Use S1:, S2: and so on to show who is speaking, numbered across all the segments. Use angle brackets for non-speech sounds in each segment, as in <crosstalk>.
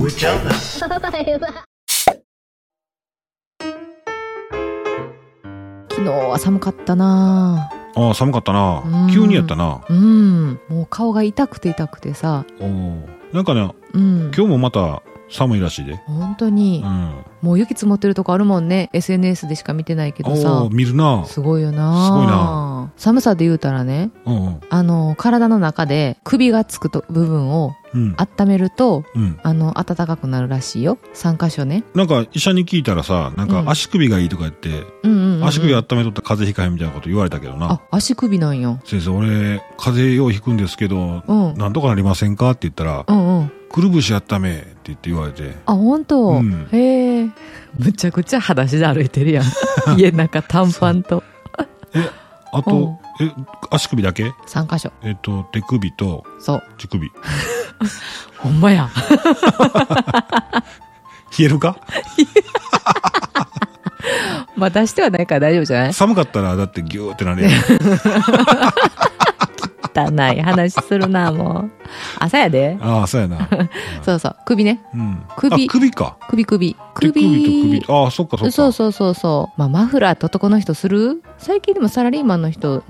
S1: 植えちゃうな。
S2: 昨日は寒かったなぁ
S3: ああ寒かった
S2: う
S3: なん急にやったな
S2: うんもう顔が痛くて痛くてさ
S3: おーなんかね
S2: うん
S3: 今日もまた寒いらしいで
S2: 本当
S3: う
S2: に、
S3: ん
S2: もう雪積もってるとこあるもんね SNS でしか見てないけど
S3: お
S2: さ
S3: お見るな
S2: すごいよな
S3: すごい
S2: な寒さで言うたらね
S3: うんうん
S2: あの体の中で首がつくと部分を
S3: うん
S2: 温めると
S3: うん
S2: あの暖かくなるらしいよ3箇所ね
S3: なんか医者に聞いたらさなん
S2: うん
S3: か足首がいいとか言って
S2: うんうん、うん、
S3: 足首温めとったら風邪ひかへんみたいなこと言われたけどな
S2: あ足首なんよ
S3: 先生俺風邪ようひくんですけど
S2: うんうん
S3: なんとかなりませんかって言ったら
S2: うん
S3: くるぶし温めって言って言われて
S2: あ本当、
S3: うん
S2: へえむちゃくちゃ裸足で歩いてる
S3: <laughs>
S2: やん家の中短パンと
S3: あとえ足首だけ
S2: 3箇所
S3: えっと手首と
S2: そう
S3: 乳首 <laughs>
S2: ほんまや
S3: 冷えるか
S2: <laughs> まあ出してはないから大丈夫じゃない
S3: 寒かったらだってギューってなる
S2: <laughs>
S3: やん
S2: 汚い話するなもう朝やで
S3: ああ、そうやな。
S2: そうそう首ね
S3: うん。あ、
S2: 首
S3: 首か。
S2: 首首
S3: 手
S2: 首
S3: 首と首。ああ、そっかそっか。
S2: そうそうそうそうまあマフラーって男の人する最近でもサラリーマンの人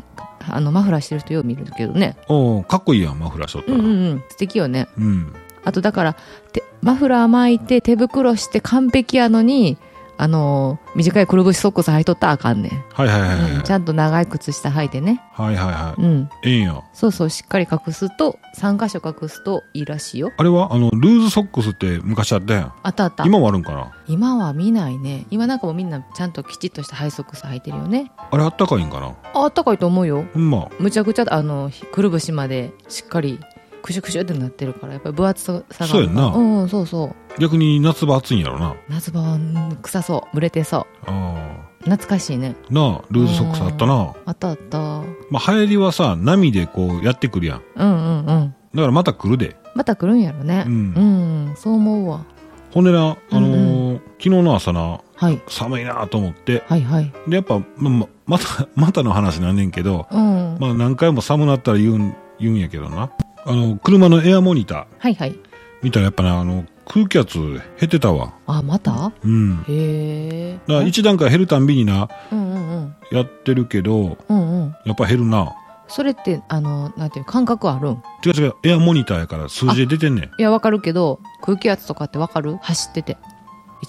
S2: あのマフラーしてる人よう見るけどね
S3: おうかっこいいやん、マフラーしとった
S2: うん
S3: ら。
S2: うんうん素敵よね
S3: うん。
S2: あとだからてマフラー巻いて手袋して完璧やのにあのー短いくるぶしソックス履いとったらあかんねん、
S3: はいはいはいはい。
S2: うんちゃんと長い靴下履いてね
S3: はいはいは
S2: うん
S3: い。ええんや。
S2: そうそうしっかり隠すと3箇所隠すといいらしいよ
S3: あれはあの、ルーズソックスって昔あったやん。
S2: あったあった
S3: 今もあるんかな
S2: 今は見ないね今なんかもうみんなちゃんときちっとしたハイソックス履いてるよね
S3: あれあったかいんかな
S2: ああったかいと思うよ
S3: ほんま。
S2: むちゃくちゃあのひくるぶしまでしっかりクシュクシュってなってるからやっぱり分厚さが
S3: そうやんな
S2: うんうんそうそう
S3: 逆に夏場暑いんやろな。
S2: 夏場はうん臭そう蒸れてそ
S3: あ
S2: う懐かしいね
S3: あ。なあ、ルーズソックスあったな。
S2: あったあったうん
S3: まあ、流行りはさ、波でこうやってくるやん。
S2: うんうん
S3: だからまた来るで。
S2: また来るんやろね
S3: う。
S2: うんん、そう思うわ、
S3: ほんでな、あの
S2: う
S3: ー、昨日の朝な、
S2: はい、
S3: 寒いなと思って。
S2: はいはい
S3: で、やっぱ、ま、ままた、またの話なんねんけど、
S2: うん、
S3: まあ何回も寒なったら言うん、言うんやけどな。あの、車のエアモニター
S2: はいはい
S3: 見たらやっぱな、あの、空気圧減ってたわ。
S2: あまた
S3: うん。だか
S2: へえ
S3: ら一段階減るたんびにな、
S2: うんうんうん
S3: やってるけど、
S2: うんうん
S3: やっぱ減るな。
S2: それってあのなんていう感覚あるん
S3: 違う違う、エアモニターやから数字で出てんねん。
S2: いやわかるけど空気圧とかってわかる走ってて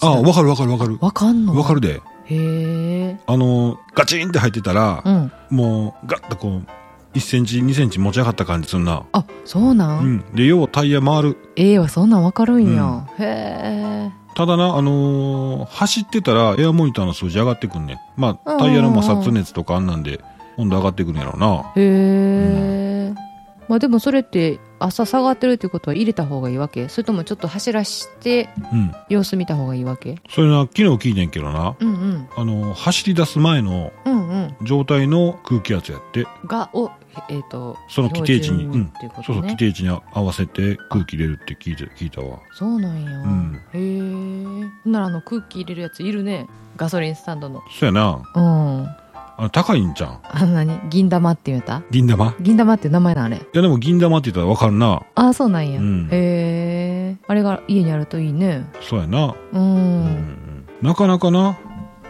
S3: ああ、
S2: わ
S3: わかるわかるわかる。
S2: わかんの
S3: わかるで。
S2: へえ
S3: あの、ガチンって入ってたら
S2: う、ん
S3: もう、ガッとこう、1センチ、2センチ持ち上がった感じすんな。
S2: あそうな、
S3: うんん。で、ようタイヤ回る。
S2: ええわそんなんわかるんや、へえ
S3: ただな、あのー走ってたらエアモニターの数字上がってくんねん。ま
S2: うん
S3: あ、タイヤの摩擦熱とかあんなんで、温度上がってくるんやろうな。
S2: へえ、まあでもそれって朝下がってるっていうことは入れた方がいいわけそれともちょっと走らして
S3: うん。
S2: 様子見た方がいいわけ
S3: それな、昨日聞いてんけどな、
S2: うんうん
S3: あのー走り出す前の
S2: うんうん
S3: 状態の空気圧やって、
S2: がをえっ、と
S3: その規定値に、
S2: 標
S3: う
S2: 準
S3: ん
S2: っていうこ。と
S3: そうそう、
S2: ね
S3: 規定値に合わせて空気入れるって聞いて、聞いたわ。
S2: そうなんや、
S3: うん
S2: へえほんならあの空気入れるやついるねガソリンスタンドの
S3: そうやな、
S2: うん
S3: あの高いんじゃん。
S2: あの何銀玉って言うた
S3: 銀玉い
S2: 銀玉っていう名前なあれ
S3: やでも銀玉って言ったらわかるな。
S2: ああそうなんや、
S3: うん
S2: へえあれが家にあるといいね
S3: そうやな。
S2: う
S3: うんん。なかなかな、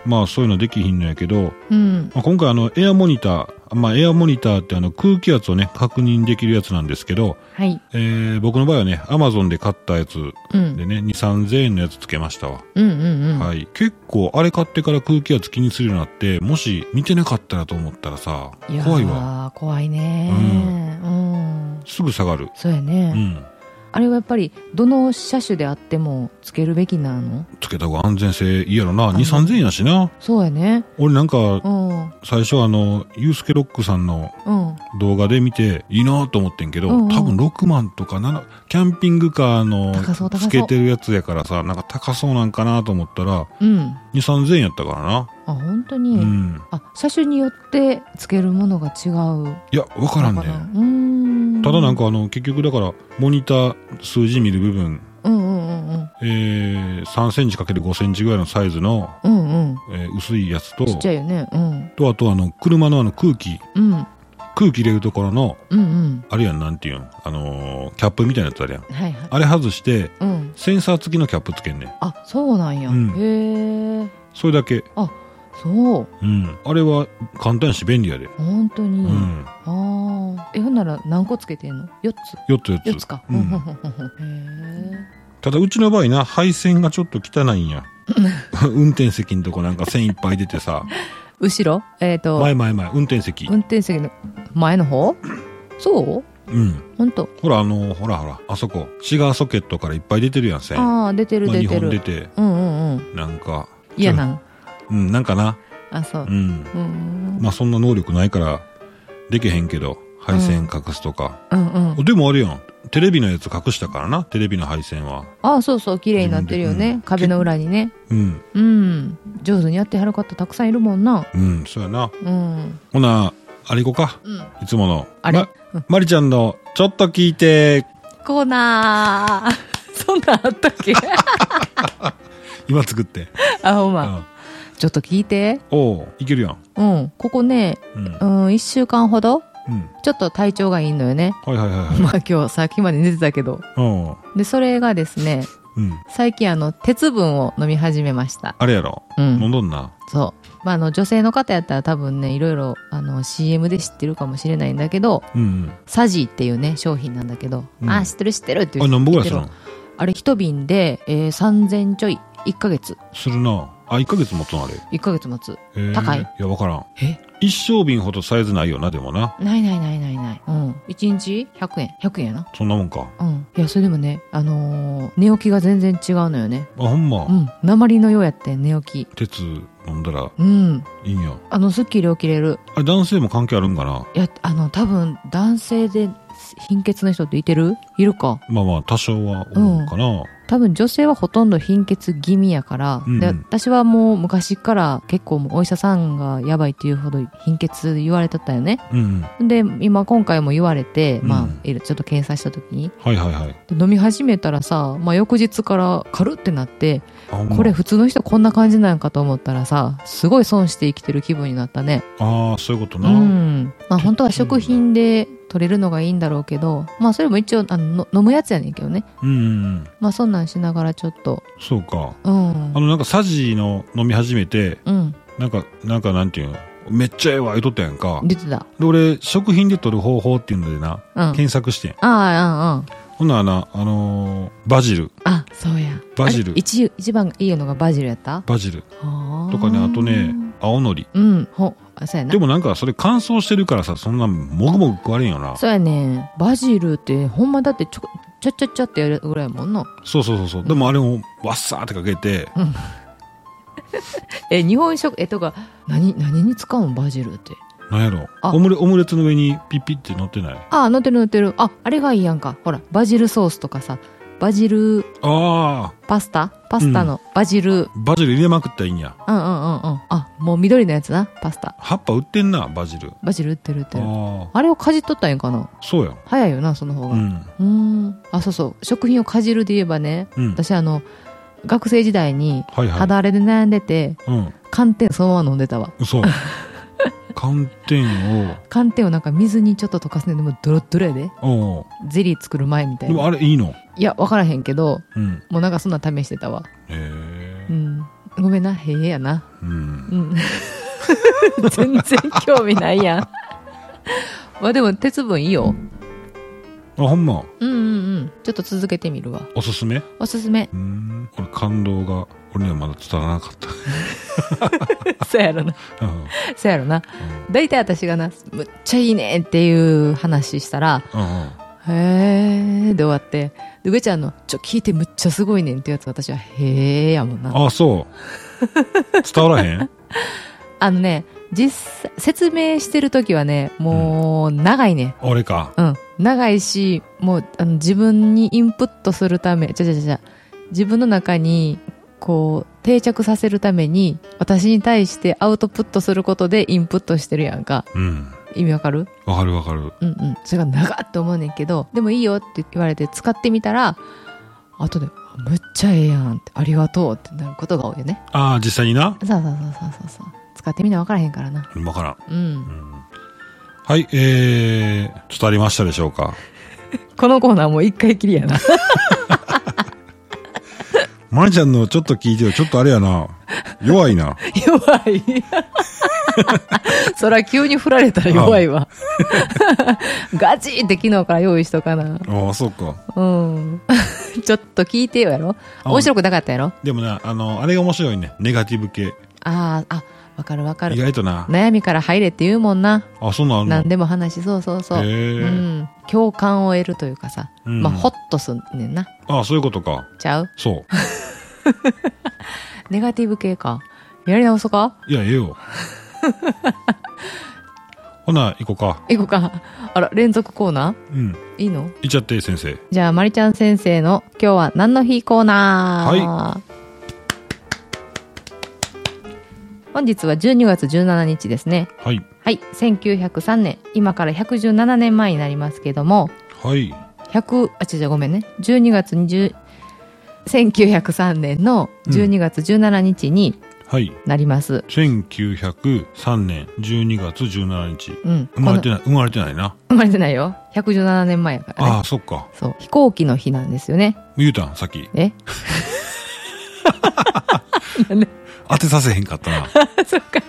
S3: まあそういうのできひんのやけど、
S2: うん
S3: まあ、今回あのエアモニター、まあ、エアモニターってあの空気圧をね確認できるやつなんですけど、
S2: はい
S3: えー僕の場合はねアマゾンで買ったやつ
S2: うん
S3: でね2 3 0円のやつつけましたわ、
S2: うんうんうん
S3: はい結構あれ買ってから空気圧気にするようになってもし見てなかったらと思ったらさ
S2: やー
S3: 怖いわ
S2: 怖いねうん、
S3: すぐ下がる
S2: そうや
S3: う
S2: ね、
S3: ん
S2: あれはやっぱりどの車種であってもつけるべきなの
S3: つけた方が安全性いいやろな2
S2: の
S3: 3 0円やしな
S2: そうやね
S3: 俺なんか
S2: うんうん
S3: 最初あのユースケロックさんの
S2: うん
S3: 動画で見ていいなと思ってんけど、
S2: うんうん
S3: 多分6万とか7キャンピングカーの
S2: 高そう高そう
S3: つけてるやつやからさなんか高そうなんかなと思ったら2 3 0 0 0円やったからな、
S2: あ本当
S3: う
S2: に、
S3: ん
S2: あ車種によってつけるものが違う
S3: いや分からんね
S2: だらうーん
S3: ただなん
S2: か
S3: かあの結局だからモニター数字見る部分、
S2: うんうんうんうん
S3: えー、3センチ ×5 センチぐらいのサイズの、
S2: うんうん
S3: えー薄いやつと
S2: ちっちゃいよねうん
S3: とあとあの車のあの空気
S2: うん
S3: 空気入れるところの
S2: うんうん
S3: あれやんなんていうんあのーキャップみたいなやつあるやん
S2: はいはい
S3: あれ外して
S2: うん
S3: センサー付きのキャップつけんねん
S2: あそうなんや、
S3: うん
S2: へえ
S3: それだけ、
S2: そう
S3: うん、あれは簡単やし便利やで、
S2: 本当
S3: う
S2: に、
S3: ん、
S2: ああえほんなら何個つけてんの4つ
S3: 4つ4
S2: 4
S3: つ
S2: つか、 <laughs>
S3: うん
S2: へ
S3: ただうちの場合な配線がちょっと汚いんや <laughs> 運転席のとこなんか線いっぱい出てさ
S2: え後ろえっ、と
S3: 前前前運転席
S2: 運転席の前の方そう
S3: うん
S2: 本当
S3: ほらあのほらほらあそこシガーソケットからいっぱい出てるやん線
S2: ああ出てる
S3: まあ、
S2: 出
S3: 2
S2: て
S3: 本
S2: る、
S3: 出て
S2: うんうんうん
S3: なんか
S2: 嫌なん
S3: うんなんかな
S2: あそう
S3: う、ん
S2: うん、
S3: まあそんな能力ないからできへんけど配線隠すとか、
S2: うんうん
S3: でもあれやんテレビのやつ隠したからなテレビの配線は
S2: あそうそう綺麗になってるよね、
S3: うん
S2: 壁の裏にね
S3: うん
S2: うん上手にやってはる方たくさんいるもんな
S3: うんそうやな
S2: うん
S3: ほなあれ行こうか
S2: うん
S3: いつもの
S2: あれ
S3: ままりちゃんのちょっと聞いて
S2: コーナー <laughs> そんなんあったっけ
S3: 今作って、
S2: あほん
S3: う
S2: ま
S3: ん、
S2: ちょっと聞いて
S3: おういけるやん
S2: うんここね、
S3: うん、うん、
S2: うん、1週間ほど
S3: は
S2: ちょっと体調がいいのよね <laughs>
S3: いはいはいはい
S2: まあ今日さっきまで寝てたけど
S3: おう
S2: でそれがですね
S3: うん
S2: 最近あの鉄分を飲み始めました
S3: あれやろ
S2: うん
S3: 飲んどんな
S2: そう。まあ、あの、女性の方やったら多分ね、いろいろ、あの、CM で知ってるかもしれないんだけど、
S3: うん
S2: サジーっていうね、商品なんだけど、
S3: うん
S2: あー、知ってる知ってるって
S3: うん
S2: 言
S3: あ何
S2: って
S3: 本ぐらいする
S2: 知っ
S3: の
S2: てるあれ、一瓶で、えー、3000ちょい。1ヶ月。
S3: するなあ1ヶ月持つのあれ
S2: 1ヶ月持つ。
S3: へー
S2: 高い
S3: いやわからん
S2: え
S3: 一升瓶ほどサイズないよなでもな
S2: ないないないないない。うん。1日100円。100円やな。
S3: そんなもんか
S2: うん。いや、それでもね、あのー寝起きが全然違うのよね。
S3: あほんま、
S2: うん。鉛のようやってん、寝起き。
S3: 鉄飲んだら
S2: うん。
S3: いいんや
S2: あの、すっきり起きれる。
S3: あれ男性も関係あるんかない
S2: や、あの、多分、男性で貧血の人っていてるいるか。
S3: まあまあ多少は思うかな、
S2: 多分女性はほとんど貧血気味やから、
S3: うんうん
S2: で私はもう昔から結構もうお医者さんがやばいっていうほど貧血言われてたよね
S3: うん、うん、は
S2: で今今回も言われて、まあ
S3: うん
S2: いろちょっと検査した時に
S3: いはいはい
S2: で飲み始めたらさ、まあ、翌日から軽ってなって
S3: あほんま
S2: これ普通の人こんな感じなんかと思ったらさすごい損して生きてる気分になったね
S3: ああそういうこと
S2: う
S3: な、
S2: んまあ本当は食品で取れるのがいいんだろうけどまあそれも一応あのの飲むやつやねんけどね
S3: うんうんうん
S2: まあそんなんしながらちょっと
S3: そうか
S2: うん
S3: あのなんかサジの飲み始めて
S2: うん
S3: なんかなんかなんていうのめっちゃええわ言うとったやんか
S2: 出てた。
S3: で俺食品で取る方法っていうのでな
S2: うん。あ
S3: 検索してん
S2: あ、うんうん。
S3: ほんならなあのーバジル
S2: あ、そうや。
S3: バジル
S2: あれ一一番いいのがバジルやった
S3: バジル
S2: と
S3: とかねあとね青のり
S2: うん、ほ、あそうやな。
S3: でもなんかそれ乾燥してるからさそんなんもぐもぐ食われんよな
S2: そうやね。バジルって、ほんまだってちょ、ちゃっちゃっちゃってやるぐらいやもんな。
S3: そうそうそうそうでもあれもわっさーってかけて
S2: え、日本食、え、とか、何、何に使うんバジルって。
S3: なんやろ
S2: あ
S3: オムレオムレツの上にピッピッって乗ってない
S2: ああ、乗ってる乗ってる。あ、あれがいいやんか。ほら、バジルソースとかさ、バジル
S3: ああ
S2: パスタパスタのバジル、うん、
S3: バジル入れまくったらいいんや
S2: うんうんうん。あ、もう緑のやつな、パスタ。
S3: 葉っぱ売ってんなバジル
S2: バジル売ってる売ってる。
S3: あ
S2: あれをかじっとったんやんかな。
S3: あそうや
S2: 早いよな、その方が。
S3: うん
S2: うーんあそうそう食品をかじるで言えばね
S3: うん
S2: 私あの学生時代に
S3: はいはい
S2: 肌荒れで悩んでて、
S3: うん
S2: 寒天そのまま飲んでたわ
S3: 嘘 <laughs> 寒天を
S2: 寒天をなんか水にちょっと溶かすねでもドロッドロやで
S3: おう
S2: ゼリー作る前みたい
S3: でも
S2: な
S3: あれいいの
S2: いや分からへんけど
S3: うん
S2: もうなんかそんなん試してたわ
S3: へえ
S2: うんごめんなへえやな
S3: うん
S2: うん <laughs> 全然興味ないやんまあでも鉄分いいよ
S3: あほんま
S2: うんうんうんちょっと続けてみるわ
S3: おすすめ
S2: おすすめ
S3: うーん俺感動が俺にはまだ伝わらなかっ
S2: <laughs> そうやろな
S3: た <laughs> うんうん
S2: そうやろな大体私がな、むっちゃいいねっていう話したら、
S3: うんうん
S2: へーで終わって、で、上ちゃんの、ちょ、聞いてむっちゃすごいねんってやつ私は、へーやもんな。
S3: あそう伝わらへん <laughs>
S2: あのね、実際、説明してる時はね、もう、長いね。
S3: 俺か
S2: うん。長いし、もう、あの自分にインプットするため、ちゃちゃちゃちゃ、自分の中に、こう、定着させるために、私に対してアウトプットすることでインプットしてるやんか。
S3: うん
S2: 意味わかる
S3: わかるわかる
S2: うんうん、それが長っと思うねんけどでもいいよって言われて使ってみたらあとで「むっちゃええやん」って「ありがとう」ってなることが多いよね
S3: ああ実際にな
S2: そうそうそうそうそうそう使ってみな分からへんからな
S3: わからん、
S2: う
S3: うんん、はいえー、伝わりましたでしょうか
S2: このコーナーもう一回きりやな
S3: マリちゃんのちょっと聞いてよ。ちょっとあれやな。弱いな。
S2: <laughs> 弱 <laughs> い。そら急に振られたら弱いわ。ガチって昨日から用意しとかな。
S3: ああ、そうか。
S2: うん。 <laughs> ちょっと聞いてよやろ
S3: あ
S2: 面白くなかったやろ
S3: でもな、あの、あれが面白いね。ネガティブ系。
S2: ああ、あ、わかるわか
S3: 意
S2: る。
S3: 外とな。
S2: 悩みから入れって言うもんな。
S3: あ、そんなんあ
S2: 何
S3: る
S2: でも話、そうそうそう。
S3: へえ
S2: うん。共感を得るというかさ。
S3: うん
S2: まあ、ホッとすんねんな。
S3: のあそういうことか。
S2: ちゃう
S3: そう。
S2: ネガティブ系か。やり直そうか
S3: いや、ええ
S2: <laughs>
S3: よ。ほな、行こうか。
S2: いこうか。 <laughs> あら、連続コーナ
S3: うん。
S2: ーいいの
S3: 行っちゃって、先生。
S2: じゃあ、まりちゃん先生の今日は何の日コーナー。本日は12月17日ですね。
S3: はい。
S2: はい、1903年、今から117年前になりますけども、
S3: はい。
S2: 100、あ、違う違う、ごめんね。12月20、1903年の12月17日に
S3: はい。
S2: なります。
S3: 1903年12月17日。
S2: うん。
S3: 生まれて
S2: この
S3: ない、生まれてないな。
S2: 生まれてないよ。117年前やからね。
S3: ああ、そっか。
S2: そう。飛行機の日なんですよね。
S3: 言うたん、さっき。
S2: え <laughs>
S3: 当てさせへんかった
S2: <laughs>
S3: な。
S2: そっか。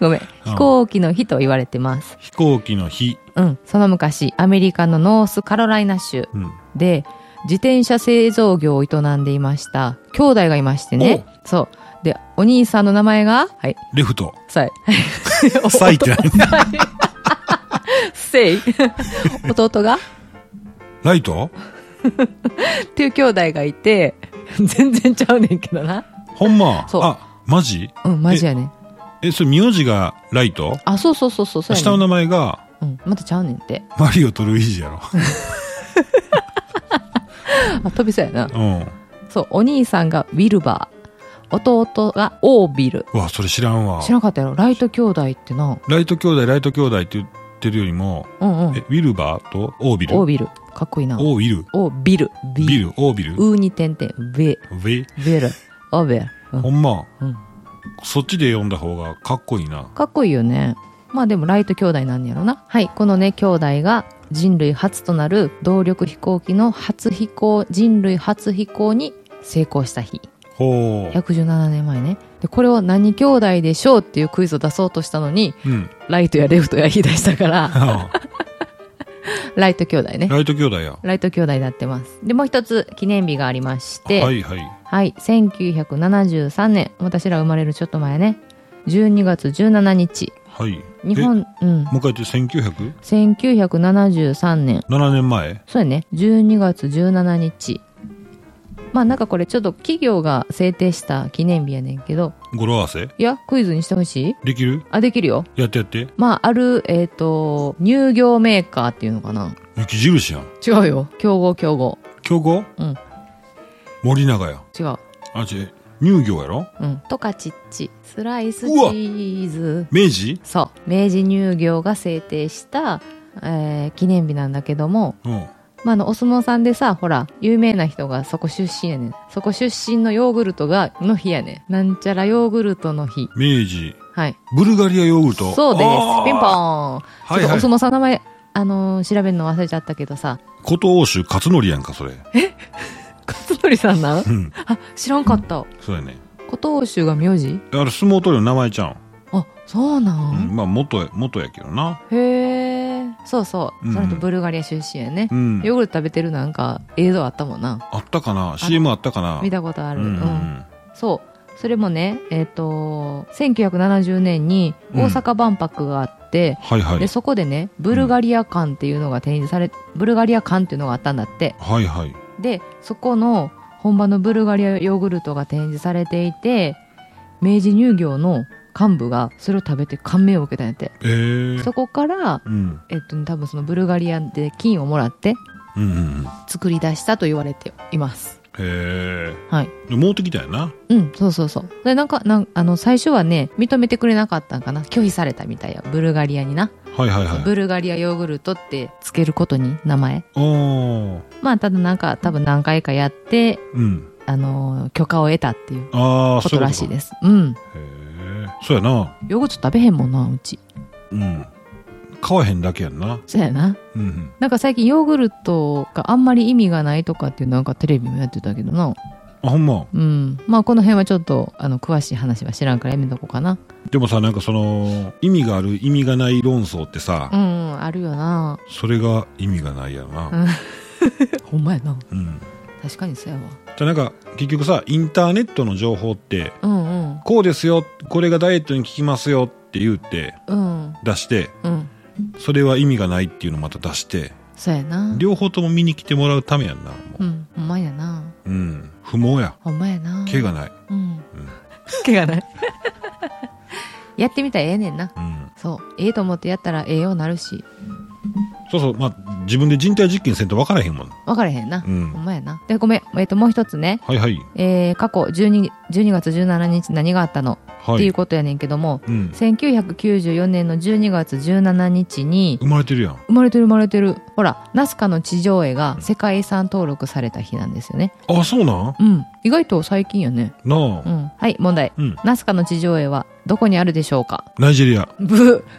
S2: ごめん。飛行機の日と言われてます。
S3: 飛行機の日。
S2: うん。その昔、アメリカのノースカロライナ州
S3: うん。
S2: で、自転車製造業を営んでいました。兄弟がいましてね。そう。で、お兄さんの名前が、はい、
S3: レフ
S2: <laughs>
S3: ト。<laughs>
S2: サイ。
S3: サイって何
S2: セイ。 <laughs> 弟が
S3: ライト
S2: っていう兄弟がいて、 <laughs> 全然ちゃうねんけどな。
S3: ほんま。
S2: そう
S3: あ、マジ
S2: うん、マジやね。
S3: え、それ、名字がライト
S2: あ、そうそうそうそう、そうや
S3: 下の
S2: ねん。
S3: 名前が
S2: うん、またちゃうねんって。
S3: マリオとルイージやろ。
S2: <laughs> あ、飛びそうやな。
S3: うん。
S2: そう、お兄さんがウィルバー。弟がオービル。
S3: うわ、それ知らんわ
S2: 知。らなかったやろライト兄弟ってな。
S3: ライト兄弟、ライト兄弟って言ってるよりも、
S2: うんうん。
S3: え、ウィルバーとオービル。
S2: オービル。かっこいいな。
S3: オービル。
S2: オービル。
S3: ビル、オービル。
S2: ウーに点々。ベ、
S3: ウェイ。
S2: ベ <laughs> ル。オーベル。うん
S3: ほんま。
S2: うん
S3: そっちで読んだ方がかっこいいな。
S2: かっこいいよね。まあでもライト兄弟なんやろな。はい。このね、兄弟が人類初となる動力飛行機の初飛行、人類初飛行に成功した日。
S3: ほう。
S2: 117年前ね。で、これを何兄弟でしょうっていうクイズを出そうとしたのに、 <laughs>
S3: うん。
S2: ライトやレフトや言い出した
S3: <laughs>
S2: から、
S3: ラ
S2: ライト兄弟ね。
S3: イト兄弟や。
S2: ライト兄弟になってます。で、もう一つ記念日がありまして、
S3: はいはい。
S2: はい、1973年、私ら生まれるちょっと前ね、12月17日、
S3: はい。
S2: 日
S3: えもう
S2: 本、うん、
S3: 一回言って、1907
S2: 1973年、
S3: 年前
S2: そうやね、12月17日。まあなんかこれちょっと企業が制定した記念日やねんけど、
S3: 語呂合わせ
S2: いや、クイズにしてほしい
S3: できる
S2: あ、できるよ。
S3: やってやって。
S2: まあある、えっ、と、乳業メーカーっていうのかな
S3: 雪印やん。
S2: 違うよ。競合競合。
S3: 競合
S2: うん。
S3: 森永や。
S2: 違う。
S3: あ、違う。乳業やろ
S2: うん。とかちっち。スライスチ
S3: うわ
S2: ーズ。
S3: 明治
S2: そう。明治乳業が制定した、えー記念日なんだけども、
S3: うん。
S2: まあ、あの、お相撲さんでさ、ほら、有名な人がそこ出身やねん。そこ出身のヨーグルトが、の日やねん。なんちゃらヨーグルトの日。
S3: 明治。
S2: はい。
S3: ブルガリアヨーグルト。
S2: そうです
S3: あー。
S2: ピンポ
S3: は
S2: ーン。
S3: い
S2: ちょ
S3: は
S2: っ
S3: い
S2: と。お相撲さんの名前、あのー調べるの忘れちゃったけどさ、
S3: 琴欧州勝則やんか、それ。
S2: 勝則さんなん
S3: うん。
S2: あ、知らんかった。
S3: そうやね。
S2: 琴欧州が名字
S3: あれ、相撲取りの名前ちゃうん。
S2: あ、そうな、
S3: うんん、まあ元や元やけどな
S2: へえ。そうそう。
S3: うん
S2: それとブルガリア出身やね
S3: う。ん
S2: ヨーグルト食べてるなんか映像あったもんな。
S3: あったかな CM あったかな
S2: 見たことある。
S3: う
S2: うん
S3: うん
S2: ん。そう。それもね、えっ、と、1970年に大阪万博があって、
S3: はいはい
S2: で、そこでね、ブルガリア館っていうのが展示され、ブルガリア館っていうのがあったんだって。
S3: はいはい
S2: で、そこの本場のブルガリアヨーグルトが展示されていて、明治乳業の幹部がそれを食べて感銘を受けたんやって。
S3: えー、
S2: そこから、
S3: うん
S2: えっとね、多分そのブルガリアで金をもらって
S3: うんうんうん
S2: 作り出したと言われています。
S3: へ
S2: はい。
S3: えでもうてきたよな
S2: うん、そうそうそう。で、なんか、なんあの、最初はね、認めてくれなかったんかな。拒否されたみたいや。ブルガリアにな。
S3: はいはいはい
S2: ブルガリアヨーグルトってつけることに、名前。
S3: おー
S2: まあ、ただなんか、多分何回かやって、
S3: うん
S2: あのー許可を得たっていう
S3: ああ
S2: こ
S3: そう
S2: と
S3: いう
S2: ら
S3: こ
S2: しい
S3: とかへ
S2: です。うん。
S3: えそうやな
S2: ヨーグルト食べへんもんな、うち。
S3: うん買わへんだけやんな
S2: そうやな。
S3: うんうん
S2: なんか最近ヨーグルトがあんまり意味がないとかっていうなんかテレビもやってたけどな。
S3: あほんま
S2: うん。まあ、この辺はちょっと、あの、詳しい話は知らんからやめとこうかな。
S3: でもさなんかその意味がある意味がない論争ってさ、
S2: うん、あるよな。
S3: それが意味がないやろな
S2: <laughs> ほんまやな。
S3: うん、
S2: 確かにそうやわ。
S3: じゃあなんか結局さインターネットの情報って
S2: うんうん。
S3: こうですよこれがダイエットに効きますよって言って
S2: うん。
S3: 出して
S2: うん。
S3: それは意味がないっていうのをまた出して
S2: そうやな。
S3: 両方とも見に来てもらうためやんなもう
S2: うん。ほんまやな。
S3: うん不毛や
S2: ほんまやな。
S3: 毛が。ない
S2: うん。毛がない。 <laughs> やってみたらええねんな。
S3: うん
S2: そう。ええと思ってやったらええようになるし。
S3: そうそうまあ自分で人体実験せんと分からへんもん
S2: わからへんな。
S3: うん
S2: ほんまやな。で、ごめん。えっ、と、もう一つね。
S3: はいはい
S2: えー、過去12、12月17日何があったの、
S3: は
S2: ってい
S3: いう
S2: ことやねんけども、
S3: うん
S2: 1994年の12月17日に、
S3: 生まれてるやん
S2: 生まれてる生まれてる。ほら、ナスカの地上絵が世界遺産登録された日なんですよね。
S3: あそうなん
S2: うん。意外と最近よね。
S3: な
S2: う
S3: あ
S2: ん。はい、問題。
S3: うん
S2: ナスカの地上絵はどこにあるでしょうか
S3: ナイジェリア
S2: ブ <laughs>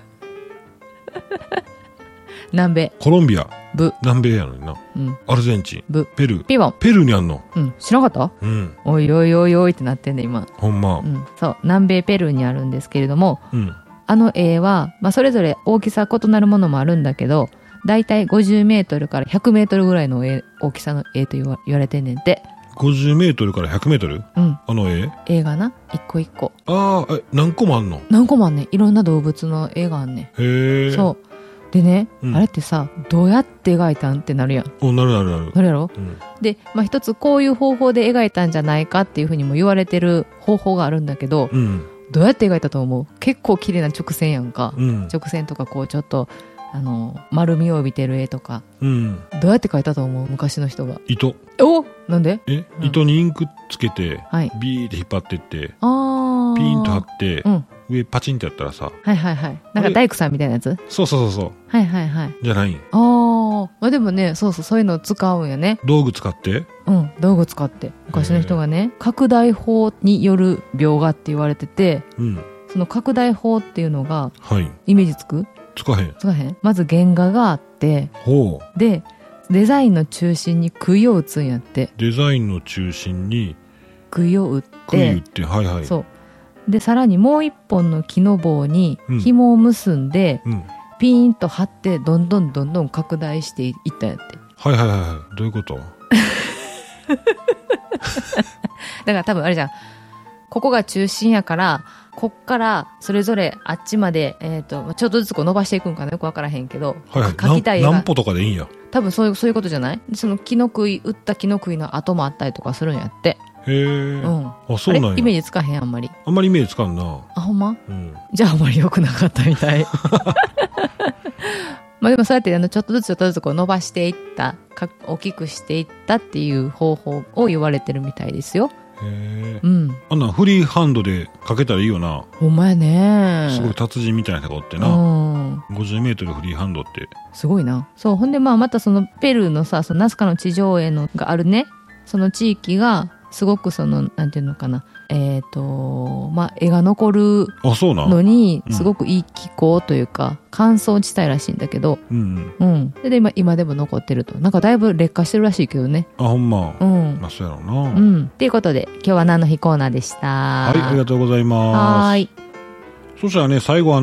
S2: 南米、
S3: コロンビア
S2: ブ。
S3: 南米やのにな
S2: うん。
S3: アルゼンチン
S2: ブ
S3: ペルー
S2: ピボン。
S3: ペルーにあんの
S2: うん。知らなかった
S3: うん
S2: おいおいおいおいってなってんね、今。
S3: ほんま
S2: うん。そう。南米ペルーにあるんですけれども、
S3: うん
S2: あの絵は、まあ、それぞれ大きさ異なるものもあるんだけど、だいたい50メートルから100メートルぐらいの絵大きさの絵と言わ言われてんねんて。
S3: 50メートルから100メートル
S2: うん。
S3: あの絵
S2: 絵がな、一個一個。
S3: ああえ何個もあんの
S2: 何個もあんねん。いろんな動物の絵があんね
S3: へ
S2: ん。
S3: え
S2: そう。でね、
S3: うん
S2: あれってさ、どうやって描いたんってなるやん。
S3: おなるなるなる
S2: なるやろ
S3: うん
S2: で、まあ、一つこういう方法で描いたんじゃないかっていうふうにも言われてる方法があるんだけど、
S3: うん
S2: どうやって描いたと思う結構綺麗な直線やんか。
S3: うん
S2: 直線とかこうちょっと、あの、丸みを帯びてる絵とか。
S3: うん
S2: どうやって描いたと思う昔の人が。
S3: 糸
S2: おなんで
S3: え
S2: うん
S3: 糸にインクつけて
S2: はい。
S3: ビーって引っ張ってって
S2: あー。
S3: ピーンと貼って
S2: うん。
S3: 上パチンってやったらさ
S2: はいはいはい。なん
S3: あ
S2: か
S3: れ
S2: 大工さんみたいなやつ
S3: そうそうそうそ
S2: はいはいはい。
S3: うじゃないん
S2: あー。まあでもね、そうそう、そういうのを使うんやね。
S3: 道具使って
S2: うん。道具使って。昔の人がね、拡大法による描画って言われてて、
S3: うん
S2: その拡大法っていうのが、
S3: はい
S2: イメージつく
S3: つかへん
S2: つかへんまず原画があって、
S3: ほう
S2: で、デザインの中心に杭を打つんやって。
S3: デザインの中心に
S2: 杭を打って。
S3: 杭打ってはいはい
S2: そう。で、さらにもう一本の木の棒に
S3: うん
S2: 紐を結んで、
S3: うん
S2: ピーンと張ってどんどんどんどん拡大していったんやって
S3: はいはいはいはいどういうこと
S2: だから多分あれじゃんここが中心やからこっからそれぞれあっちまで、えー、とちょっとずつこう伸ばしていくんかなよくわからへんけど、
S3: はいはい
S2: 描きたい絵
S3: なん
S2: が
S3: 何歩とかでいいんや
S2: 多分そういうそういうことじゃないでその木の杭打った木の杭の跡もあったりとかするんやって
S3: へえ
S2: うんあ
S3: あそう
S2: れ
S3: なん
S2: イメー
S3: や
S2: ジつかへんあんまり
S3: あんまりイメージつかんな
S2: あほんま
S3: うん
S2: じゃああんまり良くなかったみたい <laughs> まあでもそうやってあのちょっとずつちょっとずつこう伸ばしていったか大きくしていったっていう方法を言われてるみたいですよ
S3: へえ
S2: うん
S3: あんなんフリーハンドで描けたらいいよな
S2: ほんまやね
S3: すごい達人みたいな人がおって
S2: う、
S3: なん50メートルフリーハンドって
S2: すごいなそうほんでまあまたそのペルーのさそのナスカの地上絵のがあるねその地域がすごくそのなんていうのかなえっ、とまあ絵が残る
S3: あそうなん
S2: のに
S3: うん
S2: すごくいい気候というか乾燥地帯らしいんだけど
S3: うんうん
S2: うんで今今でも残ってるとなんかだいぶ劣化してるらしいけどね
S3: あほんま
S2: うん
S3: まあそうやろう
S2: う
S3: なん
S2: っていうことで今日は何の日コーナーでした
S3: はいありがとうございます
S2: はーい
S3: そしたらね、最後あ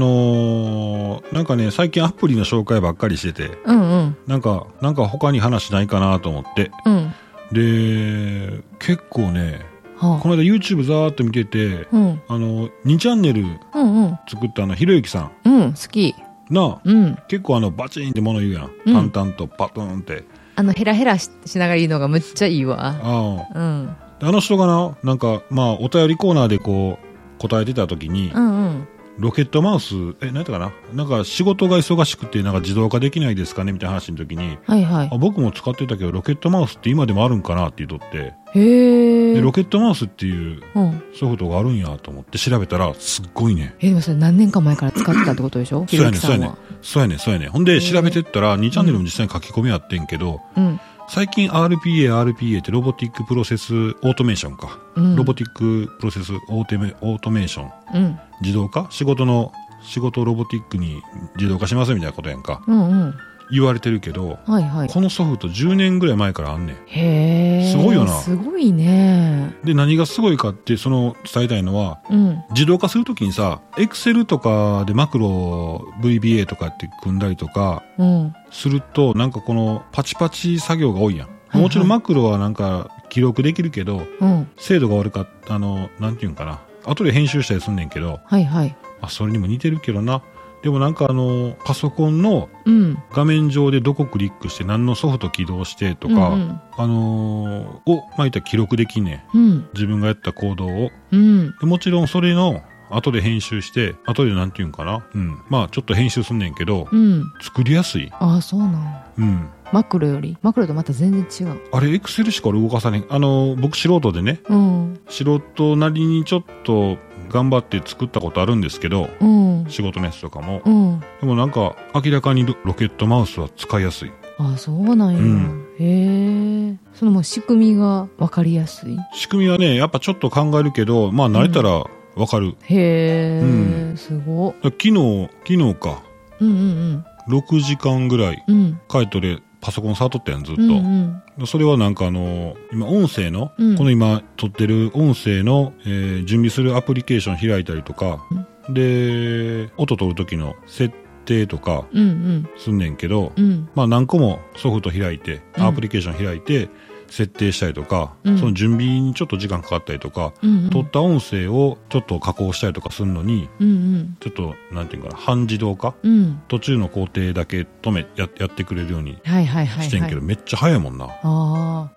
S3: のーなんかね、最近アプリの紹介ばっかりしてて、
S2: うんうん
S3: なんか、なんか他に話ないかなと思って。
S2: うんは
S3: で、結構ね、
S2: あ
S3: この間 YouTube ざーっと見てて、
S2: うん
S3: あの、2チャンネル
S2: うんうん
S3: 作ったあの、ひろゆきさ
S2: うん好き
S3: んな、
S2: うん
S3: 結構あの、バチンって物言うやん。
S2: う
S3: 淡
S2: ん
S3: 々とパトーンって。
S2: あの、ヘラヘラししながら言うのがむっちゃいいわ。
S3: あ
S2: うん。
S3: あ。であの人がな、なんか、まあ、お便りコーナーでこう、答えてた時に
S2: う、んうん。
S3: ロケットマウス、え、なんやったかななんか仕事が忙しくて、なんか自動化できないですかねみたいな話の時に、
S2: はいは
S3: あ僕も使ってたけどロケットマウスって今でもあるんかなって言うとって
S2: い。へ
S3: で
S2: え。
S3: ロケットマウスっていう
S2: うん。
S3: ソフトがあるんやと思って調べたらすっごいね
S2: え、でもそれ何年か前から使ってたってことでしょ
S3: そうやね
S2: ひ
S3: そう
S2: ろゆ
S3: や
S2: き
S3: ねそうやねそうやねほんで
S2: ー
S3: 調べてったら2チャンネルも実際に書き込みあってんけど、
S2: さんは
S3: 最近 RPARPA ってロボティックプロセスオートメーションか、
S2: うん。うん。
S3: ロボティックプロセスオーテメオートメーション
S2: うん。
S3: 自動化仕事の仕事をロボティックに自動化しますみたいなことやんか
S2: うんうん。
S3: 言われてるけど、
S2: はいはい。
S3: このソフト10年ぐらい前からあんねん。
S2: へえ。
S3: すごいよな
S2: すごいね。
S3: で、何がすごいかって、その伝えたいのは、
S2: うん。
S3: 自動化するときにさ、Excel とかでマクロ VBA とかって組んだりとか
S2: うん。
S3: すると、なんかこのパチパチ作業が多いやん。
S2: いはい
S3: もちろんマクロはなんか記録できるけど、
S2: うん。
S3: 精度が悪かった、あの、なんていうんかな。後で編集したりすんねんけど、
S2: はいはい。
S3: あ、それにも似てるけどな。でもなんかあの、パソコンの
S2: うん。
S3: 画面上でどこクリックして何のソフト起動してとか、
S2: うん
S3: あのーを、まあ、言ったら記録できんねん。
S2: うん。
S3: 自分がやった行動を。
S2: うん。
S3: でもちろんそれの後で編集して、後でなんていうんかな。うん。まあちょっと編集すんねんけど、
S2: うん。
S3: 作りやすい。
S2: ああ、そうなん。
S3: うん。
S2: マクロより。マクロとまた全然違う。
S3: あれ、エクセルしか俺動かさない。あのー僕素人でね、
S2: うん。
S3: 素人なりにちょっと頑張って作ったことあるんですけど、
S2: うん。
S3: 仕事のやつとかも。
S2: うん。
S3: でもなんか明らかにロロケットマウスは使いやすい。
S2: ああ、そうなんや。
S3: うん
S2: へえ。そのもう仕組みがわかりやすい。
S3: 仕組みはね、やっぱちょっと考えるけど、まあ慣れたらわかる。
S2: へえ、
S3: う
S2: すご。
S3: だから昨日、昨日か、
S2: うんうん
S3: 6時間ぐらい、
S2: うん。うん。
S3: カイトでパソコン触っとったやん、ずっと。
S2: うん
S3: それはなんかあの、今音声の、
S2: うん
S3: この今撮ってる音声の、えー準備するアプリケーション開いたりとか、で、音取る時の設定とか
S2: うん。うん
S3: すんねんけど、
S2: うん。うん。
S3: まあ何個もソフト開いて、
S2: うん
S3: アプリケーション開いて、設定したりとか、
S2: うん
S3: その準備にちょっと時間かかったりとか、
S2: うんうん。
S3: 撮った音声をちょっと加工したりとかするのに、
S2: うん
S3: ちょっと、なんていうかな、半自動化
S2: うん。うん。
S3: 途中の工程だけ止め、ややってくれるように
S2: はいはいはい、はい。
S3: してんけど、めっちゃ早いもんな。
S2: あ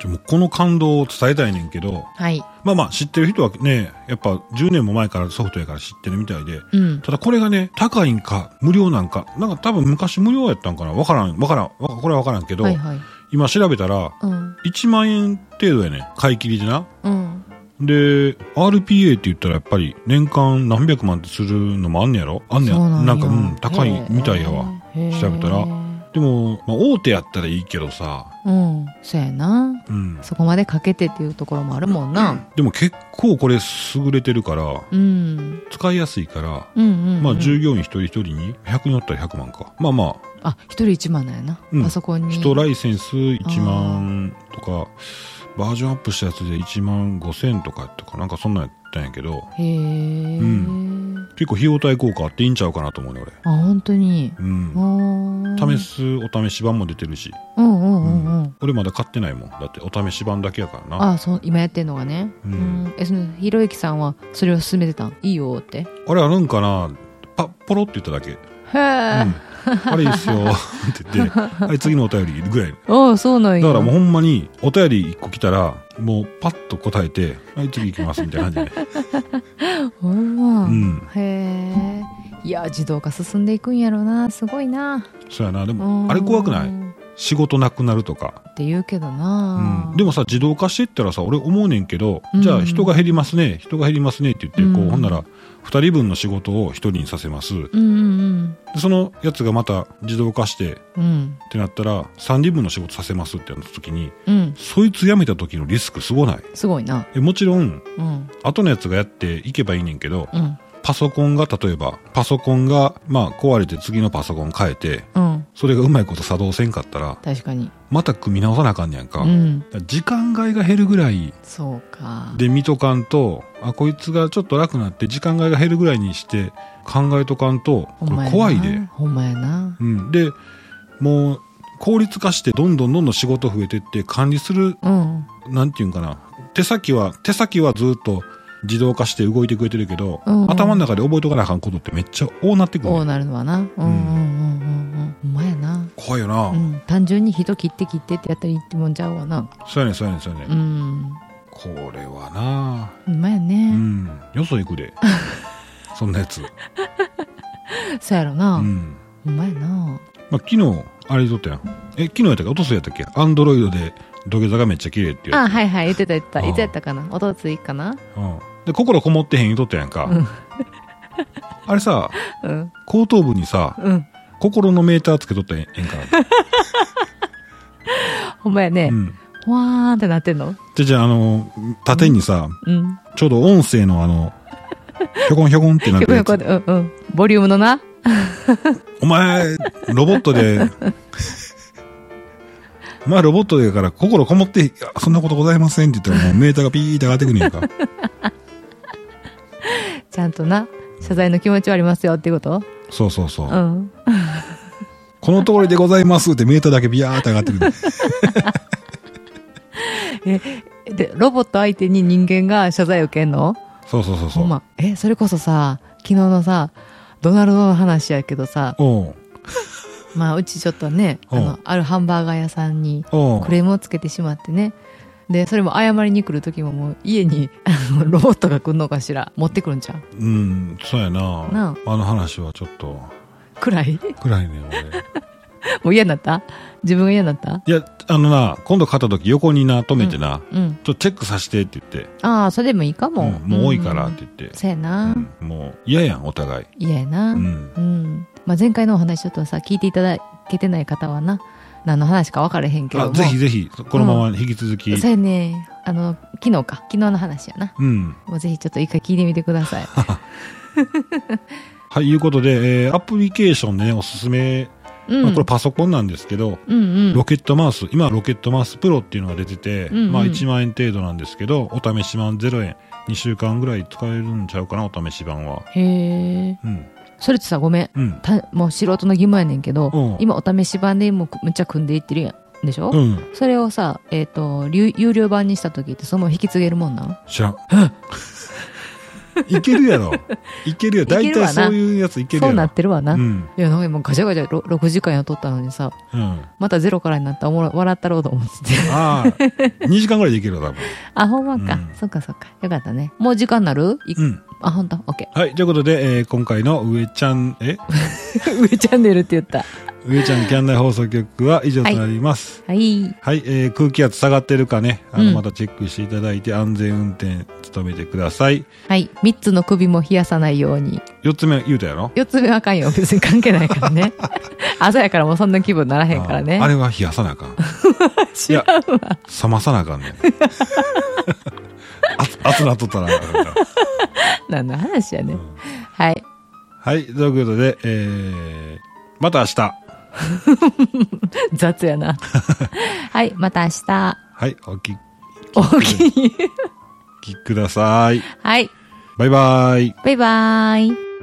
S3: ちょもうこの感動を伝えたいねんけど、
S2: あ。はい。
S3: まあまあ知ってる人はね、やっぱ10年も前からソフトやから知ってるみたいで、
S2: うん。
S3: ただこれがね、高いんか、無料なんか、なんか多分昔無料やったんかなわからん、わからん、わこれはわからんけど、
S2: はいはい。
S3: 今調べたら、
S2: うん。
S3: 1万円程度やねん。買い切りでな。
S2: うん。
S3: で、RPA って言ったらやっぱり年間何百万ってするのもあんねやろあんねや。
S2: そうなんや
S3: んかうん、高いみたいやわ。。
S2: へー
S3: 調べたらでも、まあ、大手やったらいいけどさ、
S2: うん。そうやな。
S3: うん。
S2: そこまでかけてっていうところもあるもんな。
S3: でも結構これ優れてるから、
S2: うん。
S3: 使いやすいから、
S2: うんうん、うん。
S3: まあ従業員一人一人に100になったら100万か。まあまあ、
S2: あ、一人一万なんやな。
S3: うん
S2: パソコンに。
S3: 人ライセンス1万とか、バージョンアップしたやつで1万5千とかとか、なんかそんなんやったんやけど、
S2: へえ。
S3: う
S2: うん。
S3: 結構費用対効果あっていいんちゃうかなと思うね、俺。
S2: あ、本当に。
S3: うん。
S2: ああ
S3: 試。すお試し版も出てるし、
S2: うんうんうんうん。
S3: 俺まだ買ってないもん。だってお試し版だけやからな。あ
S2: あそう今やってんのがね、
S3: う
S2: うんんえそのひろゆきさんはそれを勧めてたんいいよってへ
S3: れあるんかなパッポロって言っただけ。
S2: え、
S3: うん、あれいいっすよ <laughs> って言って、
S2: <laughs>
S3: あれ次のお便りぐらい。
S2: ああそうなん
S3: だ
S2: や
S3: からもうほんまにお便り1個来たら、もうパッと答えて、はい次行きますみたいな感じで。
S2: ほんま、
S3: うん。
S2: へえいや自動化進んでいくんやろうなすごいな
S3: そうやな。で
S2: うん
S3: も、あれ怖くない
S2: っ
S3: 仕事なくなるとか。
S2: て言うけど
S3: う
S2: な、
S3: ん。でもさ、自動化していったらさ、俺思うねんけど、
S2: うん
S3: じゃあ人が減りますね、人が減りますねって言って、こ
S2: う
S3: う、
S2: ん
S3: ほんなら、2人分の仕事を1人にさせます。で
S2: うんうん
S3: そのやつがまた自動化して、
S2: うんうん
S3: ってなったら、3人分の仕事させますってなった時に、
S2: うん
S3: そいつ辞めた時のリスクすごない
S2: すごいな
S3: えもちろん、
S2: うん
S3: 後のやつがやっていけばいいねんけど、
S2: うん
S3: パソコンが例えば、パソコンが、まあ、壊れて次のパソコン変えて、
S2: うん
S3: それがうまいこと作動せんかったら、
S2: 確かに
S3: また組み直さなあかんねやんか。
S2: う
S3: だか
S2: ん
S3: ら時間外が減るぐらい
S2: そうか
S3: で見とかんと、あ、こいつがちょっと楽になって時間外が減るぐらいにして考えとかんと、
S2: ほ
S3: こ
S2: んま
S3: れ
S2: やな
S3: 怖いで。
S2: ほんまやな
S3: うん。で、もう効率化してどんどんどんどん仕事増えてって管理する、
S2: うん
S3: なんていうんかな。手先は、手先はずっと自動化して動いてくれてるけど、
S2: うんうん
S3: 頭の中で覚えとかなあかんことってめっちゃ多なってくるねん
S2: こうなるのはなうんうんうんうんうんほんまやな
S3: 怖いよな、
S2: うん、単純に人切って切ってってやったらいいってもんちゃうわな
S3: そうやねんそうやねんそうやねん、
S2: うん
S3: これはな
S2: ほんまや
S3: う
S2: ね、
S3: んよそ行
S2: <laughs>
S3: くでそんなやつう
S2: そうやろな、
S3: ん、
S2: ほんまやな
S3: まあ、昨日あれ撮ったやんえ昨日やったっけおとすやったっけアンドロイドで土下座がめっちゃ綺麗っていうや
S2: あ
S3: つ
S2: はいはい言ってた言ってた
S3: うん
S2: いつやったかなおとついかな
S3: うん、で心こもってへん言うとったやんか、
S2: うん
S3: あれさ
S2: うん
S3: 後頭部にさ
S2: うん
S3: 心のメーターつけとったらええんかな、
S2: ほんまやね
S3: う、ん、
S2: わーってなってんの
S3: でじゃああの縦にさ
S2: うん
S3: ちょうど音声のあのひょこんひょこんってなっ
S2: ひょ
S3: て
S2: こ
S3: る
S2: ひょ
S3: やつ
S2: こでうんうんボリュームのな
S3: お前、ロボット
S2: <laughs>
S3: で、お前ロボットやから心こもって、いやそんなことございませんって言ったらもうメーターがピーって上がってくるんやんか。
S2: ちゃんとな、謝罪の気持ちはありますよっていうこと
S3: そうそうそう。
S2: うん。
S3: この通りでございますってメーターだけビヤーって上がって
S2: <laughs>
S3: くる。
S2: で、ロボット相手に人間が謝罪を受けんの
S3: そうそうそうそ
S2: ほん
S3: う。
S2: ま。え、それこそさ、昨日のさ、ドナルドの話やけどさ、
S3: おう
S2: まあ、うちちょっとね、あ
S3: う
S2: の
S3: ん、
S2: あるハンバーガー屋さんに
S3: おう
S2: クレームをつけてしまってね。で、それも謝りに来る時ももう家に、 <laughs> あの、ロボットが来んのかしら持ってくるんちゃう
S3: うん、そうやな。
S2: な
S3: あの話はちょっと
S2: くらい <laughs>
S3: 暗いね、俺。
S2: もう嫌になった自分が嫌になった
S3: いや、あのな、今度買った時横にな、止めてな、
S2: うん。
S3: ちょっとチェックさせてって言って、
S2: ああ、それでもいいかも。
S3: うんもう多いから
S2: う
S3: っ
S2: ん
S3: て言って、
S2: そうや
S3: う
S2: な。
S3: んもう嫌やん、お互い。
S2: 嫌やな。
S3: うん。
S2: うん。まあ、前回のお話ちょっとさ、聞いていただけてない方はな、何の話か分からへんけど
S3: あ
S2: も。
S3: ぜひぜひ、このまま引き続き、
S2: そうやね。あの、昨日か。昨日の話やな。
S3: うん。
S2: もうぜひちょっと一回聞いてみてくだ
S3: <laughs>
S2: さい。
S3: はい、いうことで、えーアプリケーションでね、おすすめ、
S2: うん。
S3: まあ、これパソコンなんですけど、
S2: うんうん。
S3: ロケットマウス、今ロケットマウスプロっていうのが出てて、
S2: うんうん
S3: まあ1万円程度なんですけど、お試し版0円、2週間ぐらい使えるんちゃうかな、お試し版は。
S2: へえ。
S3: うん。
S2: それってさ、ごめん。
S3: うん。
S2: たもう素人の疑問やねんけど、
S3: うん
S2: 今お試し版でもうむっちゃ組んでいってるやん。でしょ、
S3: うん。
S2: それをさ、えっ、と、有有料版にした時ってそのまま引き継げるもんなん
S3: 知らん。いけるやろ。いけるやろ。
S2: <laughs>
S3: 大
S2: いけるわ
S3: 体
S2: な
S3: そういうやついける
S2: そ
S3: や
S2: うな
S3: ろ
S2: っ。てるわな。
S3: うん。
S2: いや、なんか今ガチャガチャろ6時間やっとったのにさ、
S3: うん。あ
S2: またゼロからになったらおもろ笑ったろうと思って
S3: <laughs>
S2: て。 <laughs>
S3: あ、2時間ぐらいでいけるわ、多分。
S2: あ、ほんまか。
S3: うん
S2: そっかそっか。よかったね。もう時間なるい
S3: うん。
S2: あ、ほんとオッケ
S3: はい、ということで、えー今回の上ちゃん、え
S2: ー。 <laughs> 上チャンネルって言った。
S3: 上ちゃんキャン内放送局は以上となります。
S2: はい。
S3: はい、えー空気圧下がってるかね、あの、
S2: うん
S3: またチェックしていただいて安全運転努めてください。
S2: はい。3つの首も冷やさないように。
S3: 四つ目言うたやろ
S2: 4つ目はあか
S3: <laughs>
S2: んよ。別に関係ないからね。朝やからもうそんな気分ならへんからね。
S3: あーあれは冷やさなあ
S2: <laughs>
S3: かん。いや、冷まさなあかんね <laughs> ん。熱熱なっとったらあかんから。
S2: 何の話やね。
S3: うん
S2: はい。
S3: はい、ということで、えー、また明日。
S2: 雑や
S3: <laughs>
S2: な。はい。また明日。
S3: はい、お聞
S2: おおきに。
S3: きください。
S2: はい。
S3: バイバイ。
S2: バイバーイ。